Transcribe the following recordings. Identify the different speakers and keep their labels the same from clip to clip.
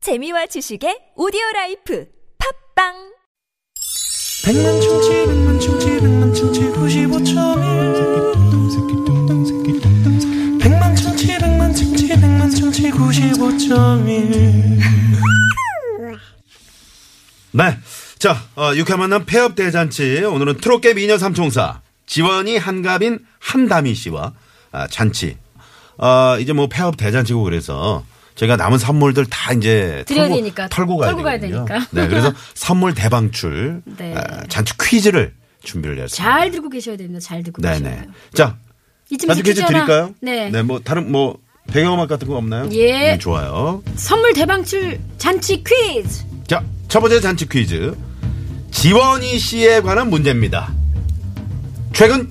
Speaker 1: 재미와 지식의 오디오 라이프 팝빵
Speaker 2: 백만 충치 백만 충치 백만 충치 95.1 백만 충치 백만 충치 백만 충치 95.1
Speaker 3: 네. 자, 어, 육회 만남 폐업 대잔치. 오늘은 트롯계 미녀 삼총사. 지원이 한가빈 한다미 씨와 아, 잔치. 아, 이제 뭐 폐업 대잔치고 그래서 저희가 남은 선물들 다 이제
Speaker 4: 드려야
Speaker 3: 털고,
Speaker 4: 되니까.
Speaker 3: 털고 가야,
Speaker 4: 털고 가야
Speaker 3: 되거든요.
Speaker 4: 되니까.
Speaker 3: 네, 그래서 선물 대방출
Speaker 4: 네.
Speaker 3: 아, 잔치 퀴즈를 준비를 했습니다.
Speaker 4: 잘 들고 계셔야 됩니다. 잘 들고
Speaker 3: 네,
Speaker 4: 계셔야
Speaker 3: 네.
Speaker 4: 돼요.
Speaker 3: 자,
Speaker 4: 이쯤에서
Speaker 3: 잔치 퀴즈
Speaker 4: 퀴즈 하나.
Speaker 3: 드릴까요?
Speaker 4: 네.
Speaker 3: 뭐 다른 뭐 배경음악 같은 거 없나요?
Speaker 4: 예.
Speaker 3: 네, 좋아요.
Speaker 4: 선물 대방출 잔치 퀴즈.
Speaker 3: 자, 첫 번째 잔치 퀴즈. 지원이 씨에 관한 문제입니다. 최근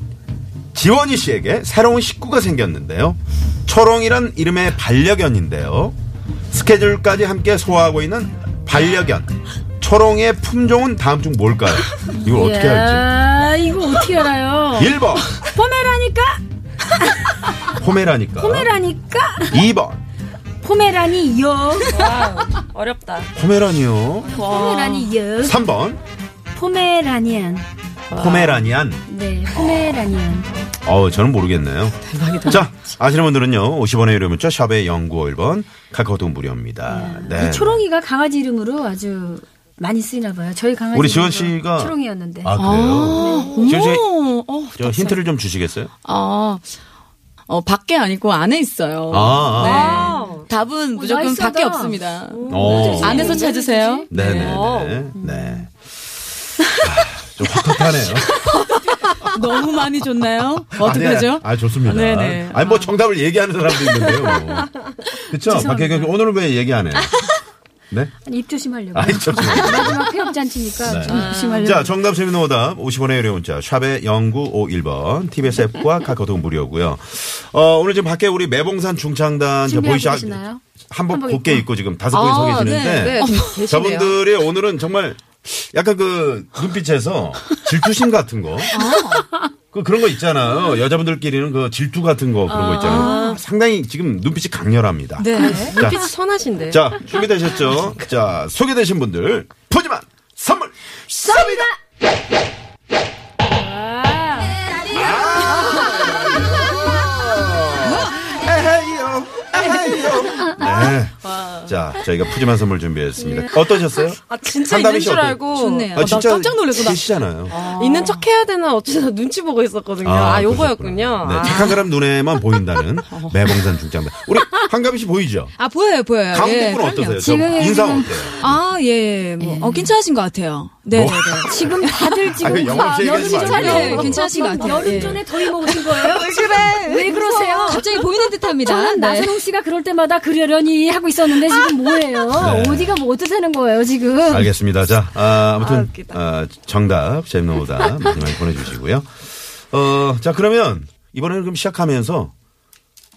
Speaker 3: 지원이 씨에게 새로운 식구가 생겼는데요. 초롱이란 이름의 반려견인데요. 스케줄까지 함께 소화하고 있는 반려견. 초롱의 품종은 다음 중 뭘까요? 이걸 어떻게 알지? 예?
Speaker 4: 아, 이거 어떻게 알아요?
Speaker 3: 1번,
Speaker 4: 포메라니까?
Speaker 3: 포메라니까.
Speaker 4: 포메라니까?
Speaker 3: 2번,
Speaker 4: 포메라니요.
Speaker 5: 어렵다.
Speaker 3: 포메라니요.
Speaker 4: 포메라니요.
Speaker 3: 3번,
Speaker 4: 포메라니안.
Speaker 3: 포메라니안.
Speaker 4: 네, 포메라니안.
Speaker 3: 어우, 저는 모르겠네요. 자, 아시는 분들은요, 50원의 유료 문자, 샵의 0951번, 카카오톡 무료입니다. 네.
Speaker 4: 이그 초롱이가 강아지 이름으로 아주 많이 쓰이나 봐요. 저희 강아지
Speaker 3: 우리 지원
Speaker 4: 이름도
Speaker 3: 씨가-
Speaker 4: 초롱이었는데.
Speaker 3: 아, 그래요? 지금 제-
Speaker 5: 어머, 어,
Speaker 3: 저 힌트를 좀 주시겠어요?
Speaker 5: 아, 어, 밖에 아니고 안에 있어요. 네.
Speaker 3: 아, 아.
Speaker 4: 와우.
Speaker 5: 답은 무조건
Speaker 4: 나이스하다.
Speaker 5: 밖에 없습니다.
Speaker 3: 어.
Speaker 5: 네. 안에서 찾으세요.
Speaker 3: 네네네. 네. 아, 좀 헛헛하네요.
Speaker 5: 너무 많이 줬나요?
Speaker 3: 아니,
Speaker 5: 어떡하죠?
Speaker 3: 아, 좋습니다.
Speaker 5: 네네.
Speaker 3: 아니, 뭐 정답을 얘기하는 사람도 있는데요. 뭐. 그쵸? 박혜경 씨, 오늘은 왜 얘기 안 해요? 네?
Speaker 4: 아니, 입 조심하려고.
Speaker 3: 아니, 죄송합니다.
Speaker 4: 마지막 폐업 잔치니까 좀 조심하려고.
Speaker 3: 자, 정답 재미는 오답 50원의 유료 문자 샵의 0951번 TBS 앱과 카카오톡 무료고요. 어, 오늘 지금 밖에 우리 매봉산 중창단 저
Speaker 4: 준비하고
Speaker 3: 보이시
Speaker 4: 계시나요?
Speaker 3: 한번
Speaker 4: 한복
Speaker 3: 곱게
Speaker 4: 입고.
Speaker 3: 입고 지금 다섯
Speaker 5: 아,
Speaker 3: 분이 서
Speaker 5: 네.
Speaker 3: 계시는데
Speaker 6: 네.
Speaker 3: 저분들이 오늘은 정말 약간 그 눈빛에서 질투심 같은 거. 그 그런 거 있잖아요. 여자분들끼리는 그 질투 같은 거 그런 거 있잖아요. 상당히 지금 눈빛이 강렬합니다.
Speaker 5: 네.
Speaker 3: 자,
Speaker 5: 선하신데.
Speaker 3: 자, 준비되셨죠? 자, 소개되신 분들 푸짐한 선물 쏩니다. 에헤이요, 에헤이요. 네. 자, 저희가 푸짐한 선물 준비했습니다. 어떠셨어요?
Speaker 6: 아 진짜
Speaker 3: 상담이
Speaker 6: 있는 줄
Speaker 3: 어때요? 아,
Speaker 6: 알고
Speaker 5: 좋네요.
Speaker 6: 어, 나
Speaker 3: 진짜
Speaker 6: 깜짝 놀랐어 나
Speaker 3: 계시잖아요.
Speaker 6: 있는 척 해야 되나 어찌나 눈치 보고 있었거든요 아, 요거였군요
Speaker 3: 그러셨구나. 네,
Speaker 6: 아. 어.
Speaker 3: 착한 사람 눈에만 보인다는 매봉산 중장단. 우리 한가빈 씨 보이죠?
Speaker 7: 아 보여요 보여요. 예,
Speaker 3: 강북은
Speaker 7: 그럼요.
Speaker 3: 어떠세요? 좀
Speaker 4: 지금
Speaker 3: 인상
Speaker 4: 지금
Speaker 3: 어때요?
Speaker 7: 아 예, 뭐, 어 괜찮으신 것 같아요. 네네네.
Speaker 6: 뭐?
Speaker 4: 지금 다들
Speaker 3: 아, 그
Speaker 4: 지금
Speaker 3: 영업 얘기하지
Speaker 4: 여름이
Speaker 3: 말고.
Speaker 4: 차려요.
Speaker 7: 네, 괜찮으신 것 같아요.
Speaker 4: 여름
Speaker 7: 예.
Speaker 4: 전에 더위 먹으신 거예요? 왜 그래? 왜 그러세요?
Speaker 7: 갑자기 보이는 듯합니다.
Speaker 4: 저는
Speaker 5: 네.
Speaker 4: 나선홍 씨가 그럴 때마다 그려려니 하고 있었는데 지금 뭐예요?
Speaker 3: 네.
Speaker 4: 어디가 뭐 어떠세는 거예요 지금?
Speaker 3: 알겠습니다. 자, 아, 아무튼
Speaker 6: 웃기다.
Speaker 3: 아, 정답 재밌는 오다 많이 많이 보내주시고요. 어, 자 그러면 이번에는 그럼 시작하면서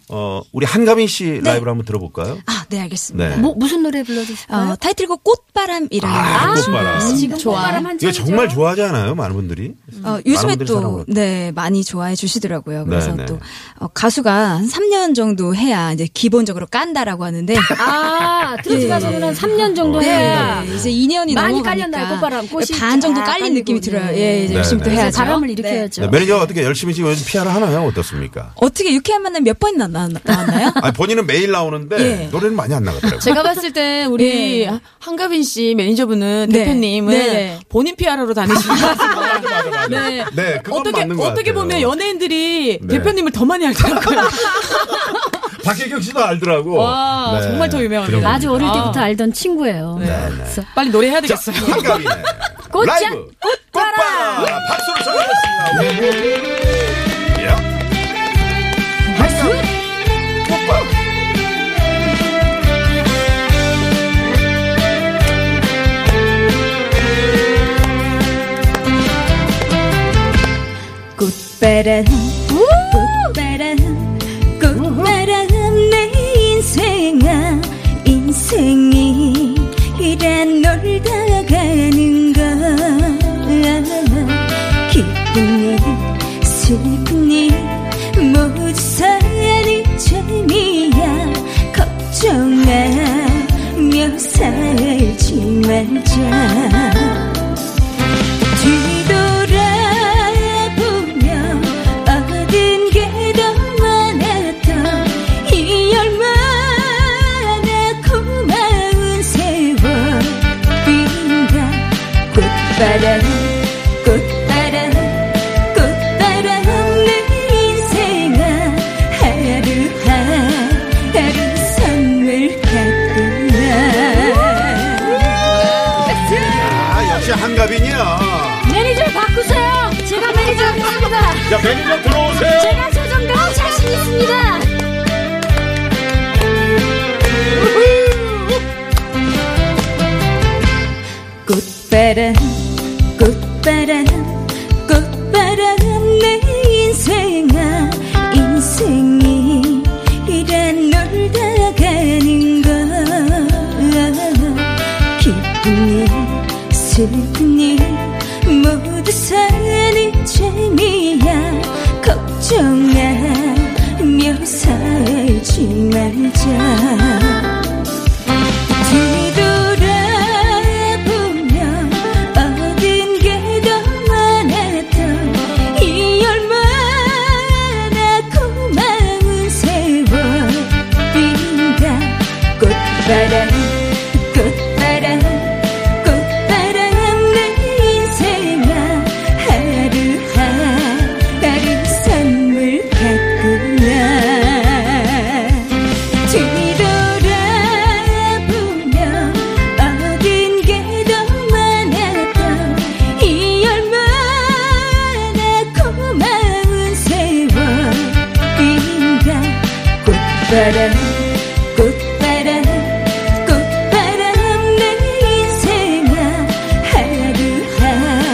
Speaker 3: 어 우리 한가빈 씨
Speaker 6: 네.
Speaker 3: 라이브를 한번 들어볼까요?
Speaker 7: 아네 알겠습니다.
Speaker 3: 네.
Speaker 4: 뭐 무슨 노래 불러주실까요?
Speaker 7: 어, 타이틀곡 꽃바람이라는
Speaker 3: 아,
Speaker 7: 노래
Speaker 3: 꽃바람.
Speaker 4: 네?
Speaker 7: 준비했습니다.
Speaker 4: 지금 꽃바람 한
Speaker 3: 이거
Speaker 4: 장이죠?
Speaker 3: 정말 좋아하지 않아요, 많은 분들이?
Speaker 7: 어,
Speaker 3: 많은
Speaker 7: 요즘에
Speaker 3: 분들이 사랑을
Speaker 7: 또, 네, 많이 좋아해 주시더라고요. 그래서
Speaker 3: 네, 네.
Speaker 7: 또, 어, 가수가 한 3년 정도 해야 이제 기본적으로 깐다라고 하는데,
Speaker 4: 아 트로트
Speaker 7: 예.
Speaker 4: 가수는 한 3년 정도 해야
Speaker 7: 네, 이제
Speaker 4: 많이
Speaker 7: 2년이 넘어가니까
Speaker 4: 깔렸나요, 꽃바람? 꽃이
Speaker 7: 반 정도
Speaker 4: 쫙
Speaker 7: 깔린
Speaker 4: 깔리고,
Speaker 7: 느낌이 들어요.
Speaker 4: 네.
Speaker 7: 예, 이제
Speaker 3: 네,
Speaker 7: 열심히 또
Speaker 3: 네.
Speaker 7: 해야죠.
Speaker 4: 바람을
Speaker 7: 네.
Speaker 4: 일으켜야죠.
Speaker 3: 네, 매니저가 어떻게 열심히 지금 피아를 하나요? 어떻습니까?
Speaker 7: 어떻게 유쾌한 만남 몇 번 나왔, 나왔나요?
Speaker 3: 아 본인은 매일 나오는데
Speaker 7: 예.
Speaker 3: 노래는 많이 안 나가더라고요.
Speaker 5: 제가 봤을 때 우리
Speaker 7: 네.
Speaker 5: 한가빈 씨 매니저분은
Speaker 7: 네.
Speaker 5: 대표님은
Speaker 7: 네, 네.
Speaker 5: 본인 PR로 다니시는 것 같습니다. 네.
Speaker 3: 네, 그건
Speaker 5: 어떻게
Speaker 3: 맞는 것
Speaker 5: 어떻게
Speaker 3: 같아요.
Speaker 5: 보면 연예인들이
Speaker 3: 네.
Speaker 5: 대표님을 더 많이 알더라고요.
Speaker 3: 박혜경 씨도 알더라고. 그러니까.
Speaker 5: 와, 정말 더 유명합니다.
Speaker 7: 네.
Speaker 3: 그런
Speaker 4: 아주 어릴
Speaker 5: 아.
Speaker 4: 때부터 알던 친구예요. 그래서
Speaker 5: 빨리 노래해야 되겠어요.
Speaker 3: 한가빈의
Speaker 4: 꽃장,
Speaker 3: 라이브 꽃바람 박수로 전해드렸습니다. 예. 한가빈 꽃바람
Speaker 7: 꽃바람 꽃바람 꽃바람 내 인생아 인생이란 놀다 가는 거 기쁜 일 슬픈 일 모두 사는 재미야 걱정 마며 살 살지 말자 뒤돌아보면 얻은 게 더 많았던 이 얼마나 고마운 세월 빈다 꽃바람 꽃바람 꽃바람 내 인생아 하루하루 선물 같구나
Speaker 3: 아, 역시 한가빈이야.
Speaker 4: 매니저 바꾸세요. 제가 매니저 하겠습니다.
Speaker 3: 자, 매니저 들어오세요.
Speaker 4: 제가 조정도 자신 있습니다.
Speaker 7: 꽃바람 꽃바람 꽃바람 내 인생아 인생이 이란 놀다 가는 거 기쁨이 슬픔이 모두 사는 재미야 걱정하며 살지 말자 뒤돌아보면 얻은 게 더 많았던 이 얼마나 고마운 세월 빈다 꽃바람 꽃바람 꽃바람 내 인생아 하루하루 선물 같구나 뒤돌아보면 얻은 게 더 많았던 이 얼마나 고마운 세월 빈다 꽃바람 꽃바람 꽃바람 내 인생아 하루하루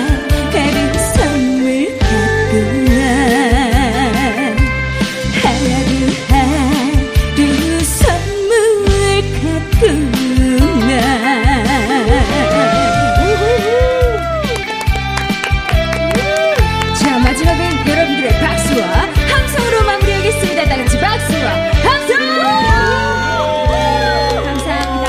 Speaker 7: 선물 같구나 하루하루 선물 같구나
Speaker 4: 자, 마지막엔 여러분들의 박수와 함성으로 마무리하겠습니다. 다 같이 박수와 함성! 감사합니다.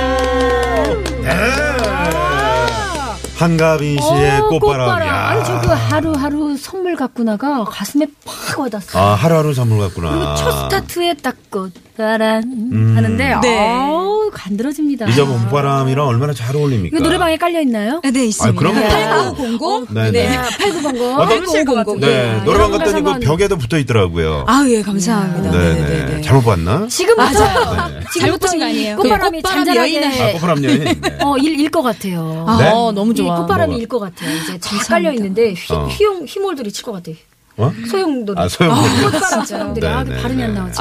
Speaker 3: 예. 한가빈 씨의
Speaker 4: 어,
Speaker 3: 꽃바람. 야.
Speaker 4: 아니, 저 그 하루하루 선물 갖구나가 가슴에 팍 와닿았어.
Speaker 3: 아, 하루하루 선물
Speaker 4: 그리고
Speaker 3: 같구나.
Speaker 4: 첫 스타트에 딱 꽃바람
Speaker 3: 음.
Speaker 4: 하는데,
Speaker 7: 네.
Speaker 4: 아우, 간드러집니다.
Speaker 3: 이제 봄바람이랑 얼마나 잘 어울립니까?
Speaker 4: 이거 노래방에 깔려있나요?
Speaker 7: 네
Speaker 3: 아,
Speaker 7: 있습니다.
Speaker 3: 그럼요. 네, 네.
Speaker 4: 아, 89번고.
Speaker 3: 어떤-
Speaker 7: 팔구공공.
Speaker 3: 네, 노래방
Speaker 4: 그런
Speaker 3: 갔더니 그
Speaker 4: 가사만-
Speaker 3: 벽에도 붙어 있더라고요.
Speaker 7: 아, 예, 감사합니다.
Speaker 3: 네, 네. 잘못 봤나?
Speaker 4: 지금부터,
Speaker 7: 잘못
Speaker 4: 지금부터
Speaker 7: 보신 거
Speaker 4: 이
Speaker 7: 아니에요?
Speaker 4: 꽃바람이
Speaker 5: 꽃바람
Speaker 3: 아,
Speaker 4: 잔잔하게,
Speaker 3: 꽃바람 여인. 네.
Speaker 4: 어, 일, 일것 같아요.
Speaker 5: 아,
Speaker 3: 네?
Speaker 5: 어, 너무 좋아.
Speaker 4: 이
Speaker 3: 뭐가?
Speaker 4: 꽃바람이 일 것 같아요. 이제 다 깔려 있는데 휘,
Speaker 3: 어.
Speaker 4: 휘용 휘몰돌이 칠 것 같아요.
Speaker 3: 어?
Speaker 4: 소용돌이.
Speaker 3: 아, 소용돌이.
Speaker 4: 꽃바람 소용돌이. 아,
Speaker 3: 네, 네,
Speaker 4: 발음이 안
Speaker 3: 네.
Speaker 4: 나오지.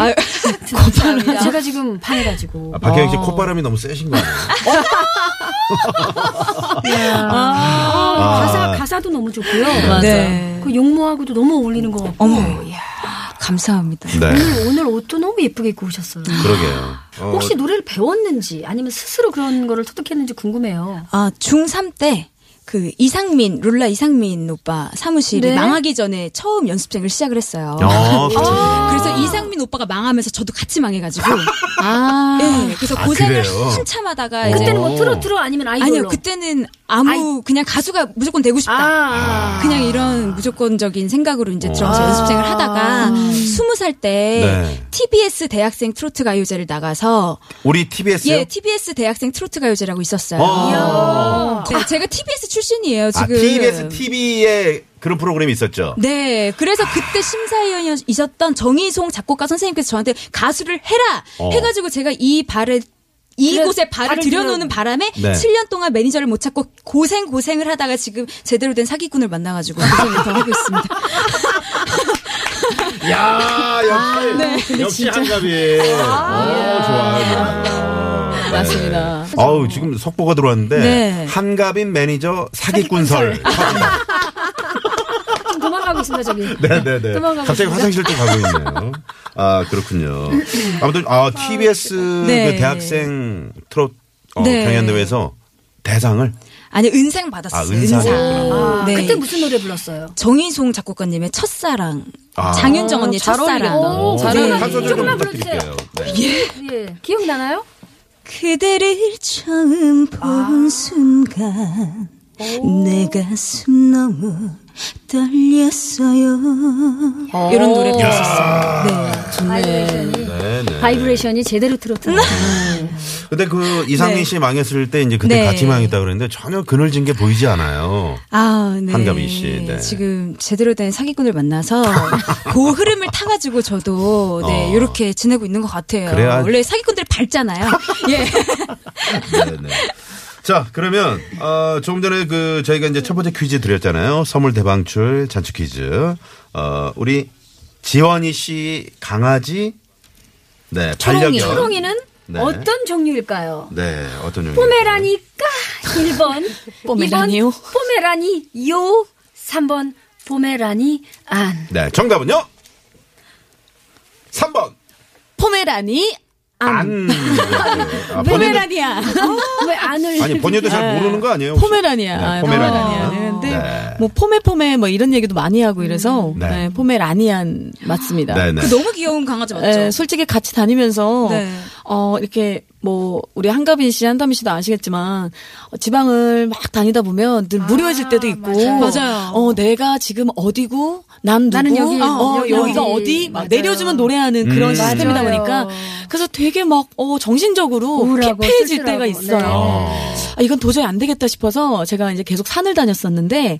Speaker 4: 꽃바람. 제가 지금 반해가지고.
Speaker 3: 아, 박혜영 씨 콧바람이 너무 세신 거 아니에요?
Speaker 4: 아, 가사
Speaker 3: 아.
Speaker 4: 가사도 너무 좋고요.
Speaker 7: 네.
Speaker 4: 그 용모하고도 너무 어울리는 것 같고. 네.
Speaker 7: 어머, 야 감사합니다.
Speaker 3: 네.
Speaker 4: 오늘, 오늘 옷도 너무 예쁘게 입고 오셨어요.
Speaker 3: 그러게요. 어,
Speaker 4: 혹시 노래를 배웠는지 아니면 스스로 그런 거를 터득했는지 궁금해요.
Speaker 7: 아, 중3 때, 그, 이상민, 룰라 이상민 오빠 사무실이
Speaker 4: 네.
Speaker 7: 망하기 전에 처음 연습생을 시작을 했어요.
Speaker 3: 아, 그렇죠.
Speaker 7: 그래서 이상민 오빠가 망하면서 저도 같이 망해가지고.
Speaker 5: 아,
Speaker 7: 예, 그래서
Speaker 3: 아,
Speaker 7: 고생을
Speaker 3: 그래요? 어.
Speaker 7: 한참 하다가 이제.
Speaker 4: 그때는 뭐
Speaker 3: 오.
Speaker 4: 트로 트로 아니면 아이돌로.
Speaker 7: 아니요, 그때는 아무, 그냥 가수가 무조건 되고 싶다.
Speaker 4: 아.
Speaker 7: 그냥 이런 무조건적인 생각으로
Speaker 3: 아.
Speaker 7: 이제 들어가서 연습생을 하다가 스무 살 때
Speaker 3: 네.
Speaker 7: TBS 대학생 트로트 가요제를 나가서
Speaker 3: 우리 TBS요?
Speaker 7: 예 TBS 대학생 트로트 가요제라고 있었어요.
Speaker 3: 어.
Speaker 7: 네, 제가 TBS 출신이에요
Speaker 3: 아,
Speaker 7: 지금.
Speaker 3: TBS TV에 그런 프로그램이 있었죠.
Speaker 7: 네, 그래서 그때 심사위원이셨던 정희송 작곡가 선생님께서 저한테 가수를 해라
Speaker 3: 어.
Speaker 7: 해가지고 제가 이 발을 이곳에 발을
Speaker 4: 발을
Speaker 7: 들여놓는 바람에
Speaker 3: 네.
Speaker 7: 7년 동안 매니저를 못 찾고 고생 고생을 하다가 지금 제대로 된 사기꾼을 만나가지고 고생을 더 하고 있습니다.
Speaker 3: 야 역시 역시 한가비. 오, 네. 어, 좋아요, 아, 예. 좋아요.
Speaker 5: 맞습니다.
Speaker 3: 아우 지금 속보가 들어왔는데
Speaker 7: 네.
Speaker 3: 한가빈 매니저 사기꾼설.
Speaker 4: 좀 도망가고 어, 있습니다 저기.
Speaker 3: 네네네.
Speaker 4: 도망가고
Speaker 3: 갑자기
Speaker 4: 있습니다.
Speaker 3: 화장실 좀 가고 있네요. 아 그렇군요. 아무튼 아 TBS 그
Speaker 7: 네.
Speaker 3: 대학생 트롯 어,
Speaker 7: 네.
Speaker 3: 경연대회에서 대상을
Speaker 7: 아니 은상 받았어요.
Speaker 3: 아, 은상.
Speaker 4: 아,
Speaker 7: 네.
Speaker 4: 그때 무슨 노래 불렀어요?
Speaker 7: 정희송 작곡가님의 첫사랑,
Speaker 3: 아.
Speaker 7: 장윤정 언니의
Speaker 5: 잘 어울린다.
Speaker 7: 첫사랑.
Speaker 5: 오,
Speaker 3: 한
Speaker 5: 잘하네.
Speaker 3: 소절 좀
Speaker 4: 조금만
Speaker 3: 부탁드릴게요. 네.
Speaker 4: 예. 기억나나요?
Speaker 7: 그대를 처음 본 순간 내 가슴 너무 떨렸어요. 이런 노래도 있었어요. 네.
Speaker 3: 네, 네.
Speaker 4: 바이브레이션이 제대로 들었던
Speaker 3: 근데 그 이상민
Speaker 7: 네.
Speaker 3: 씨 망했을 때 이제 그때
Speaker 7: 네.
Speaker 3: 같이 망했다 그랬는데 전혀 그늘진 게 보이지 않아요.
Speaker 7: 아, 네.
Speaker 3: 한가미 씨, 네.
Speaker 7: 지금 제대로 된 사기꾼을 만나서 그 흐름을 타가지고 저도 네
Speaker 3: 어.
Speaker 7: 이렇게 지내고 있는 것 같아요.
Speaker 3: 그래야-
Speaker 7: 원래 사기꾼들이 밝잖아요. 예.
Speaker 3: 네네. 자, 그러면, 어, 조금 전에 그, 저희가 이제 첫 번째 퀴즈 드렸잖아요. 선물 대방출 잔치 퀴즈. 어, 우리 지원이 씨 강아지, 네, 반려견.
Speaker 4: 초롱이는
Speaker 3: 네.
Speaker 4: 어떤 종류일까요?
Speaker 3: 네, 어떤 종류?
Speaker 4: 포메라니까 1번
Speaker 5: 포메라니요?
Speaker 4: 2번 포메라니요 3번 포메라니 안
Speaker 3: 네, 정답은요? 3번.
Speaker 5: 포메라니
Speaker 3: 안. 아, 본인도-
Speaker 5: 포메라니아
Speaker 4: 왜 안을
Speaker 3: 아니, 본인도 잘 모르는 거 아니에요? 혹시?
Speaker 5: 포메라니아
Speaker 3: 네,
Speaker 5: 아,
Speaker 3: 포메라니아.
Speaker 5: 근데
Speaker 3: 네.
Speaker 5: 뭐 포메포메 뭐 이런 얘기도 많이 하고 이래서
Speaker 3: 네.
Speaker 5: 네. 포메라니안 맞습니다.
Speaker 3: 네, 네.
Speaker 7: 그 너무 귀여운 강아지 맞죠?
Speaker 5: 예, 솔직히 같이 다니면서
Speaker 7: 네.
Speaker 5: 어 이렇게 뭐 우리 한가빈 씨, 한담이 씨도 아시겠지만 어, 지방을 막 다니다 보면 늘 무료해질 때도 있고
Speaker 7: 맞아요.
Speaker 5: 어 내가 지금 어디고 난 누구
Speaker 4: 나는 여기,
Speaker 5: 어, 어,
Speaker 4: 여기,
Speaker 5: 여기가
Speaker 4: 여기.
Speaker 5: 어디 막
Speaker 4: 맞아요.
Speaker 5: 내려주면 노래하는 그런
Speaker 3: 음.
Speaker 5: 시스템이다
Speaker 4: 맞아요.
Speaker 5: 보니까 그래서 되게 막 어 정신적으로
Speaker 4: 우울하고
Speaker 5: 피폐해질
Speaker 4: 쓸쓸하고,
Speaker 5: 때가 있어요.
Speaker 4: 네.
Speaker 5: 아, 이건 도저히 안 되겠다 싶어서 제가 이제 계속 산을 다녔었는데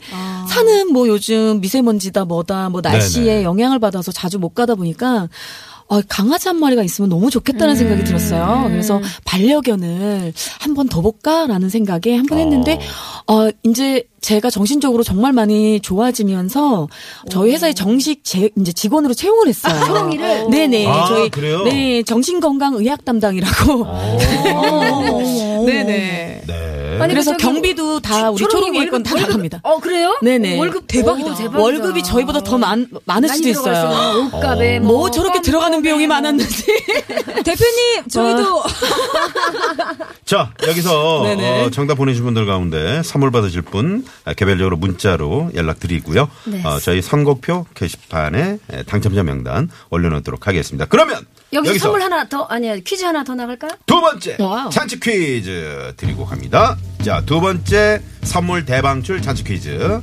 Speaker 5: 산은 뭐 요즘 미세먼지다 뭐다 뭐 날씨에
Speaker 3: 네네.
Speaker 5: 영향을 받아서 자주 못 가다 보니까 아, 강아지 한 마리가 있으면 너무 좋겠다는 생각이 들었어요. 그래서 반려견을 한 번 더 볼까라는 생각에 한 번 했는데 어 이제 제가 정신적으로 정말 많이 좋아지면서 저희 회사에 정식 제, 이제 직원으로 아, 채용을 했어요.
Speaker 4: 초롱이를?
Speaker 5: 네네
Speaker 3: 아,
Speaker 5: 저희
Speaker 3: 그래요? 어.
Speaker 5: 네 정신건강의학 담당이라고. 어.
Speaker 3: 오.
Speaker 5: 네네.
Speaker 3: 네.
Speaker 4: 아니,
Speaker 5: 그래서
Speaker 4: 저기
Speaker 5: 경비도 다 우리 초롱이
Speaker 4: 월급,
Speaker 5: 건 다
Speaker 4: 월급-
Speaker 5: 나갑니다.
Speaker 4: 어 그래요?
Speaker 5: 네네.
Speaker 4: 월급 오, 대박이다.
Speaker 5: 월급이 저희보다 더 많, 많을 수도 있어요.
Speaker 4: 옷값에
Speaker 5: 뭐, 저렇게 들어가는 비용이 많았는지. 아.
Speaker 7: 대표님 저희도
Speaker 3: 자, 여기서
Speaker 5: 네네.
Speaker 3: 어, 정답 보내주신 분들 가운데 선물 받으실 분 아, 개별적으로 문자로 연락드리고요.
Speaker 4: 네.
Speaker 3: 어, 저희 선곡표 게시판에 에, 당첨자 명단 올려놓도록 하겠습니다. 그러면
Speaker 4: 여기서,
Speaker 3: 여기서
Speaker 4: 선물 하나 더 아니야 퀴즈 하나 더 나갈까요?
Speaker 3: 두 번째
Speaker 5: 와우.
Speaker 3: 잔치 퀴즈 드리고 갑니다. 자, 두 번째 선물 대방출 잔치 퀴즈.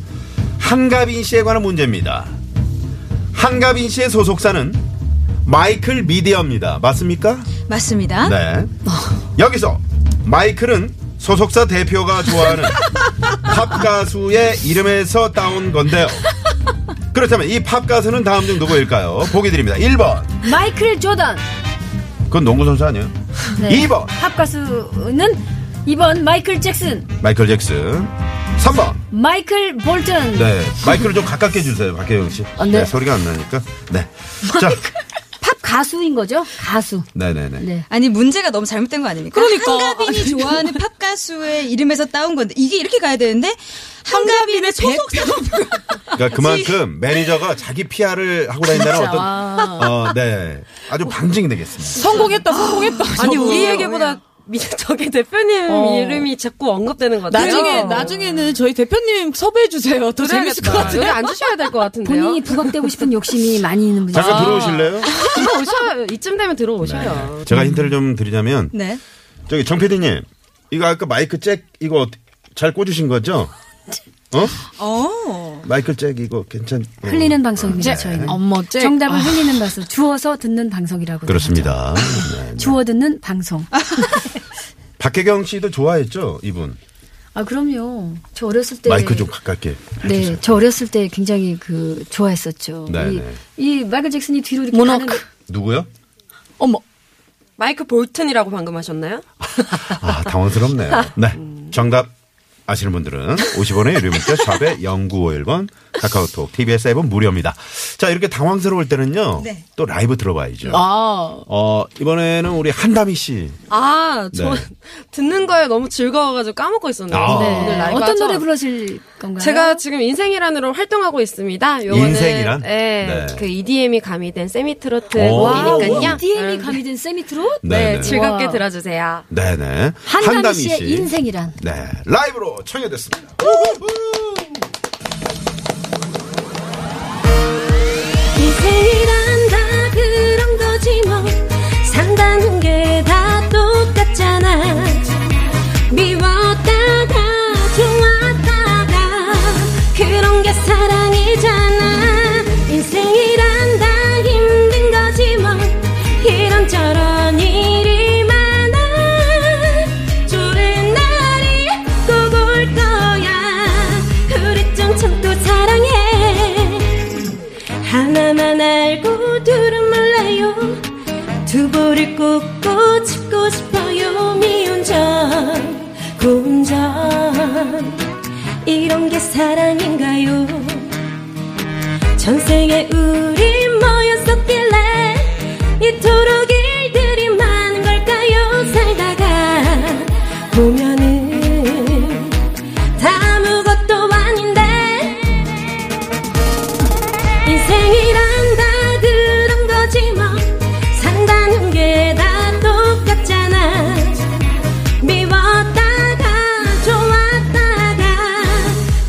Speaker 3: 한가빈 씨에 관한 문제입니다. 한가빈 씨의 소속사는 마이클 미디어입니다. 맞습니까?
Speaker 7: 맞습니다.
Speaker 3: 네. 여기서 마이클은 소속사 대표가 좋아하는 팝 가수의 이름에서 따온 건데요. 그렇다면 이 팝 가수는 다음 중 누구일까요? 보기 드립니다. 1번.
Speaker 4: 마이클 조던
Speaker 3: 그건 농구 선수 아니에요?
Speaker 4: 네.
Speaker 3: 2번.
Speaker 4: 합가수는 2번 마이클 잭슨
Speaker 3: 마이클 잭슨. 3번.
Speaker 4: 마이클 볼튼
Speaker 3: 네. 마이클을 좀 가깝게 주세요. 박혜영 씨.
Speaker 4: 아, 네.
Speaker 3: 소리가 안 나니까. 네. 자.
Speaker 4: 팝 가수인 거죠? 가수
Speaker 3: 네, 네, 네.
Speaker 4: 네.
Speaker 7: 아니 문제가 너무 잘못된 거 아닙니까?
Speaker 5: 그러니까.
Speaker 7: 한가빈이 좋아하는 팝 가수의 이름에서 따온 건데 이게 이렇게 가야 되는데 한가빈의 소속사
Speaker 3: 그러니까 그만큼 매니저가 자기 PR을 하고 다닌다는 어떤 어, 네. 아주 방증이 되겠습니다.
Speaker 5: 성공했다, 성공했다.
Speaker 6: 아니
Speaker 5: 저거.
Speaker 6: 우리에게보다 미- 저기 대표님
Speaker 5: 어.
Speaker 6: 이름이 자꾸 언급되는 거죠.
Speaker 5: 나중에, 나중에는 저희 대표님 섭외해주세요.
Speaker 6: 어.
Speaker 5: 더 재밌을 것 같아요.
Speaker 6: 노래 안 주셔야 될 것 같은데요.
Speaker 4: 본인이 부각되고 싶은 욕심이 많이 있는 분이죠.
Speaker 3: 잠깐 들어오실래요?
Speaker 6: 들어오셔요. 이쯤 되면 들어오셔요.
Speaker 3: 제가 힌트를 좀 드리자면
Speaker 7: 네.
Speaker 3: 저기 정 PD님 이거 아까 마이크 잭 이거 어때- 잘 꽂으신 거죠? 어?
Speaker 7: 어.
Speaker 3: 마이클 잭 이거 괜찮? 어.
Speaker 4: 흘리는 방송입니다.
Speaker 6: 네.
Speaker 4: 저희는
Speaker 5: 엄마, 쟤.
Speaker 4: 정답을
Speaker 6: 아.
Speaker 4: 흘리는 방송, 주워서 듣는 방송이라고
Speaker 3: 그렇습니다. 네.
Speaker 4: 주워 듣는 방송.
Speaker 6: 아.
Speaker 3: 박혜경 씨도 좋아했죠 이분
Speaker 4: 아 그럼요. 저 어렸을 때
Speaker 3: 마이크 좀 가깝게.
Speaker 4: 네, 저 어렸을 때 굉장히 그 좋아했었죠.
Speaker 3: 네,
Speaker 4: 이,
Speaker 3: 네.
Speaker 4: 이 마이클 잭슨이 뒤로 이렇게
Speaker 5: 모노크.
Speaker 4: 가는
Speaker 3: 누구요?
Speaker 5: 어머.
Speaker 6: 마이크 볼튼이라고 방금 하셨나요?
Speaker 3: 아 당황스럽네요. 네, 정답 아시는 분들은 50원의 유료 문자 샵에 0951번 카카오톡 TBS 앱은 무료입니다. 자 이렇게 당황스러울 때는요
Speaker 7: 네.
Speaker 3: 또 라이브 들어봐야죠.
Speaker 5: 아.
Speaker 3: 어 이번에는 우리 한다미 씨.
Speaker 6: 아, 저
Speaker 3: 네.
Speaker 6: 듣는 거에 너무 즐거워가지고 까먹고 있었네요.
Speaker 3: 아.
Speaker 6: 네.
Speaker 4: 네.
Speaker 6: 오늘 라이브
Speaker 4: 어떤
Speaker 6: 하죠?
Speaker 4: 노래 부르실 건가요?
Speaker 6: 제가 지금 인생이란으로 활동하고 있습니다. 요거는
Speaker 3: 인생이란?
Speaker 6: 예,
Speaker 3: 네.
Speaker 6: 그
Speaker 7: E
Speaker 6: EDM이 가미된
Speaker 3: 오.
Speaker 4: 와우,
Speaker 5: E
Speaker 6: 세미트로트곡이니까요.
Speaker 4: DM이
Speaker 7: 음,
Speaker 4: 가미된 세미트롯?
Speaker 6: 네,
Speaker 3: 네네.
Speaker 6: 즐겁게
Speaker 4: 와.
Speaker 6: 들어주세요.
Speaker 3: 네네.
Speaker 4: 한담이 씨의 인생이란.
Speaker 3: 네, 라이브로 청해됐습니다.
Speaker 4: 이세일한다 그런 거지 뭐 산다는 게 다 똑같잖아
Speaker 8: 두 볼을 꼭 꼬집고 싶어요 미운 점 고운 점 이런 게 사랑인가요 전생에 우리 모였었길래 이토록 일들이 많은 걸까요 살다가 보면은 다 아무것도 아닌데 인생이란 다 그런 거지 뭐 산다는 게 다 똑같잖아 미웠다가 좋았다가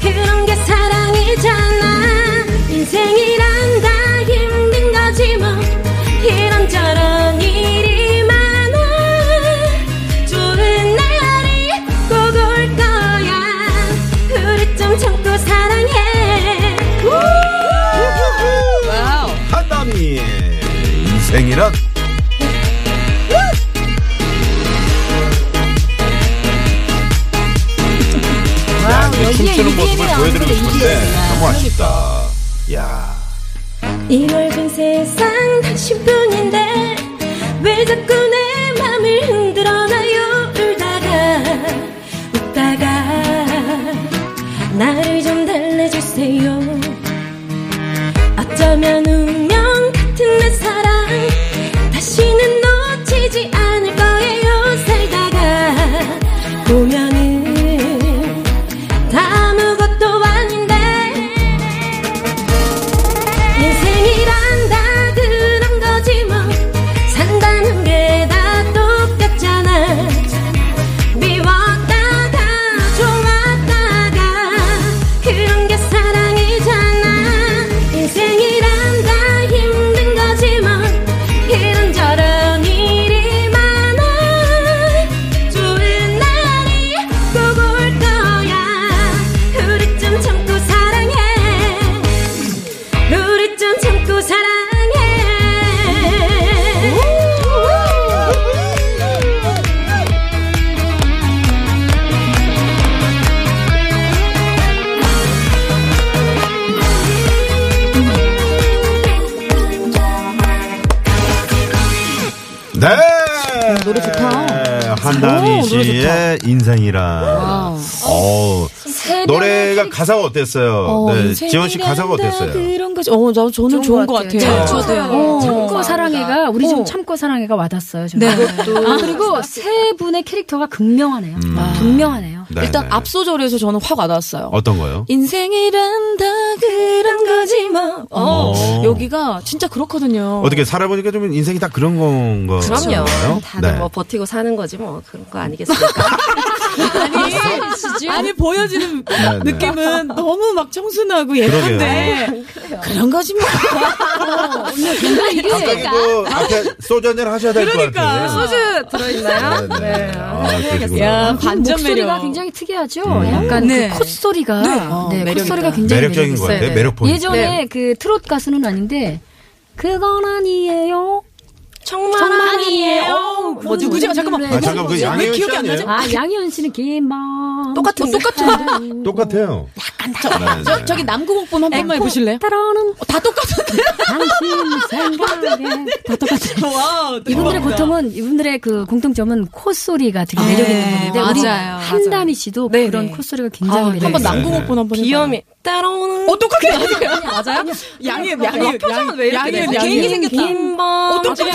Speaker 8: 그런 게 사랑이잖아 인생이란 다 힘든 거지 뭐 이런저런 일이 많아 좋은 날이 꼭 올 거야 우리 좀 참고 사랑해
Speaker 3: 하담이의 인생이란 야, 이게 춤추는 모습을 보여드리고 싶은데 너무 아쉽다. 야,
Speaker 8: 이 넓은 세상 당신뿐인데 왜 자꾸 내 맘을 흔들어놔요 울다가 웃다가 나를 좀 달래주세요 어쩌면 운명 같은 내 사랑 다시는 놓치지 않을 거예요 살다가 보면은 다 아무것도 아닌데 인생이란 다 그런 거지 뭐 산다는 게 다 똑같잖아 미웠다가 좋았다가 그런 게 사랑이잖아 인생이란 다 힘든 거지 뭐 이런저런 일이 많아 좋은 날이 꼭 올 거야 우리 좀 참고 사랑해 우리 좀 참고 사랑해.
Speaker 3: 네.
Speaker 5: 음, 노래 좋다.
Speaker 3: 한담이
Speaker 5: 오, 노래
Speaker 3: 씨의 인생이란.
Speaker 5: 와우. 음.
Speaker 3: 어, 노래가 가사가 어땠어요?
Speaker 5: 어,
Speaker 3: 네,
Speaker 5: 인생이란
Speaker 3: 지원 씨 가사가
Speaker 5: 다
Speaker 3: 어땠어요?
Speaker 5: 그런 거지. 어, 나 저는 좋은 것 같아요.
Speaker 3: 네.
Speaker 9: 저도요.
Speaker 4: 어, 참고 사랑해가 우리 좀
Speaker 5: 어.
Speaker 4: 참고 사랑해가 와닿았어요. 저는.
Speaker 9: 네.
Speaker 4: 아, 그리고 세 분의 캐릭터가 극명하네요.
Speaker 3: 음.
Speaker 4: 분명하네요.
Speaker 3: 네,
Speaker 5: 아, 일단
Speaker 3: 네.
Speaker 5: 앞소절에서 저는 확 와닿았어요.
Speaker 3: 어떤 거요?
Speaker 5: 인생이란 다 그런 거지 뭐. 어,
Speaker 3: 어.
Speaker 5: 여기가 진짜 그렇거든요.
Speaker 3: 어떻게 살아보니까 좀 인생이 다 그런 건 거.
Speaker 7: 그럼요.
Speaker 3: 네.
Speaker 7: 다들 뭐 버티고 사는 거지 뭐 그런 거 아니겠습니까?
Speaker 5: 아니 보여지는
Speaker 3: 네, 네.
Speaker 5: 느낌은 너무 막 청순하고 예쁜데 그런 거지 뭐.
Speaker 3: 아까 이거 앞에 소주 한잔 하셔야 될 것
Speaker 5: 그러니까.
Speaker 3: 같아요.
Speaker 7: 소주 들어있나요?
Speaker 3: 네, 네. 아, 그러시구나.
Speaker 5: 야 반전
Speaker 4: 목소리가
Speaker 5: 매력.
Speaker 4: 굉장히 특이하죠.
Speaker 3: 음.
Speaker 4: 약간
Speaker 9: 네.
Speaker 4: 그 콧소리가 네,
Speaker 5: 어, 매력이다.
Speaker 4: 콧소리가 굉장히
Speaker 3: 매력적인 것
Speaker 4: 매력있어요.
Speaker 3: 같아요.
Speaker 7: 네.
Speaker 3: 매력 포인트.
Speaker 4: 예전에 그 트롯 가수는 아닌데 그건 아니에요. 어,
Speaker 8: 정말 아니에요.
Speaker 5: 뭐 누구지? 아, 잠깐만.
Speaker 3: 아, 잠깐 그 양혜은 씨
Speaker 5: 기억이 안 나지?
Speaker 3: 아니에요?
Speaker 4: 아 양희은 씨는 기마
Speaker 5: 어, 똑같은 똑같은.
Speaker 3: 똑같아요. 네, 약간
Speaker 5: 저, 저기 남궁옥범 한 번만 해보실래요?
Speaker 4: 따라오는
Speaker 5: 어, 다 똑같은데.
Speaker 4: 당신 생각에 다 똑같아요.
Speaker 5: 와.
Speaker 4: 이분들의 보통은 이분들의 그 공통점은 콧소리가 되게 매력 있는 분인데 우리
Speaker 9: 맞아요,
Speaker 4: 한담이 씨도 그런 콧소리가 굉장히 매력
Speaker 5: 한번
Speaker 3: 네,
Speaker 4: 있어요.
Speaker 5: 남궁옥범 한번 해봐.
Speaker 7: 비염이 따라오는
Speaker 5: 어 똑같아. 맞아요? 양이 양이 표정은 왜 이렇게 돼? 개인기 생겼다.
Speaker 7: 김밥
Speaker 5: 어떻게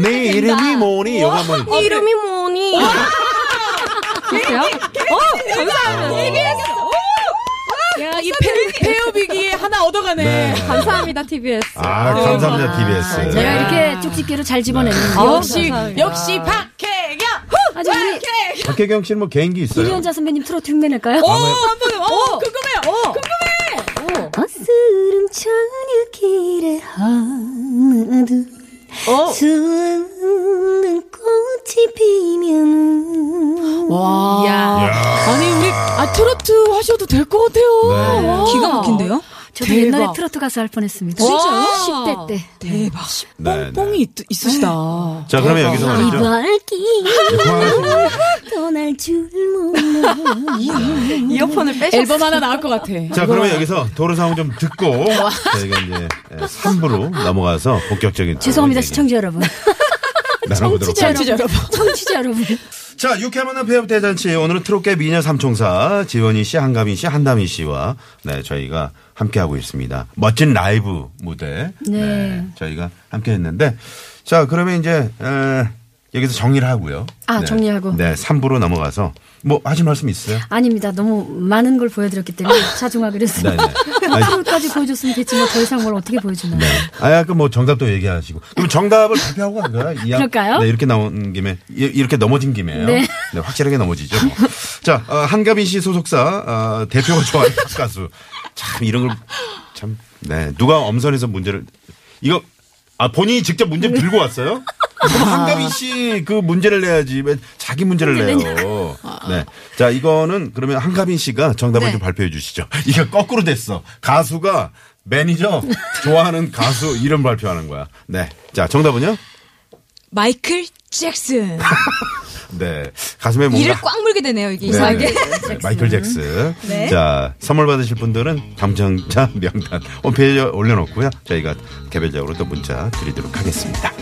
Speaker 3: 내 이름이 뭐니? 영화 한번
Speaker 7: 이름이 뭐니?
Speaker 4: 있어요?
Speaker 5: 어. 야이 폐업위기에 하나 얻어가네.
Speaker 3: 네.
Speaker 7: 감사합니다 TBS.
Speaker 3: 아, 감사합니다, TBS.
Speaker 4: 제가 이렇게 쪽집게로 잘 집어냈는데
Speaker 5: 아, 역시 역시 박혜경. 후!
Speaker 4: 아주 우리
Speaker 3: 박혜경 씨는 뭐 개인기 있어요?
Speaker 4: 김현자 선배님 트로트 흉내낼까요?
Speaker 5: 오, 어, 한번 오, 궁금해요. 오.
Speaker 8: 어스름 저녁 길에 하나둘 수없는 꽃이
Speaker 5: 음.
Speaker 8: 피면
Speaker 5: 와. 아니 우리 아 트로트 하셔도 될 것 같아요.
Speaker 3: 네.
Speaker 5: 와.
Speaker 9: 기가 막힌데요?
Speaker 4: 저도
Speaker 5: 대박.
Speaker 4: 옛날에 트로트 가수 할 뻔했습니다.
Speaker 5: 진짜요?
Speaker 4: 10대 때.
Speaker 5: 대박.
Speaker 3: 네,
Speaker 5: 뽕이 있, 있으시다.
Speaker 3: 자, 그러면 여기서 말이죠.
Speaker 8: 이발길
Speaker 3: 예, 고마워요.
Speaker 8: 떠날 줄 몰라
Speaker 6: 이어폰을 빼셨어.
Speaker 5: 앨범 하나 나올 것 같아.
Speaker 3: 네. 자, 그러면 여기서 도로 상황 좀 듣고 저희가 이제 3부로 넘어가서 본격적인
Speaker 10: 죄송합니다,
Speaker 3: 얘기
Speaker 10: 시청자 여러분.
Speaker 3: 나눠보도록 하겠습니다.
Speaker 5: 청취자 여러분.
Speaker 10: 청취자 여러분.
Speaker 3: 자, 육회 만난 폐업 대잔치 오늘은 트롯계 미녀 삼총사 지원이 씨, 한가민 씨, 한다민 씨와 네 저희가 함께 하고 있습니다. 멋진 라이브 무대 네,
Speaker 10: 네.
Speaker 3: 저희가 함께 했는데 자 그러면 이제 에, 여기서 정리를 하고요.
Speaker 10: 아,
Speaker 3: 네.
Speaker 10: 정리하고.
Speaker 3: 네 3부로 넘어가서 뭐 하실 말씀 있어요?
Speaker 10: 아닙니다. 너무 많은 걸 보여드렸기 때문에 자중하기로
Speaker 3: 네네.
Speaker 10: 했습니다. 앞으로까지 보여줬으면 됐지 뭐 더 이상 뭘 어떻게 보여주나.
Speaker 3: 아, 약간 뭐 정답도 얘기하시고. 그럼 정답을 발표하고 간 거야? 이 양-
Speaker 10: 그럴까요?
Speaker 3: 네, 이렇게 나온 김에, 이- 이렇게 넘어진 김에요. 네.
Speaker 10: 네.
Speaker 3: 확실하게 넘어지죠. 자, 어, 한가빈 씨 소속사, 어, 대표가 좋아하는 가수. 참, 이런 걸, 참, 네. 누가 엄선해서 문제를, 이거, 아, 본인이 직접 문제 들고 왔어요? 그럼 한가빈 씨 그 문제를 내야지. 왜 자기 문제를 내요? 네. 자, 이거는 그러면 한가빈 씨가 정답을
Speaker 7: 네.
Speaker 3: 좀 발표해 주시죠. 이게 거꾸로 됐어. 가수가 매니저 좋아하는 가수 이름 발표하는 거야. 네. 자, 정답은요?
Speaker 7: 마이클 잭슨.
Speaker 3: 네. 가슴에 뭔가
Speaker 7: 이를 꽉 물게 되네요, 이게
Speaker 3: 네,
Speaker 7: 이상하게.
Speaker 3: 네, 네, 마이클 잭슨.
Speaker 7: 네.
Speaker 3: 자, 선물 받으실 분들은 당첨자 명단 홈페이지에 올려놓고요. 저희가 개별적으로 또 문자 드리도록 하겠습니다.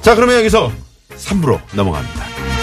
Speaker 3: 자, 그러면 여기서 3부로 넘어갑니다.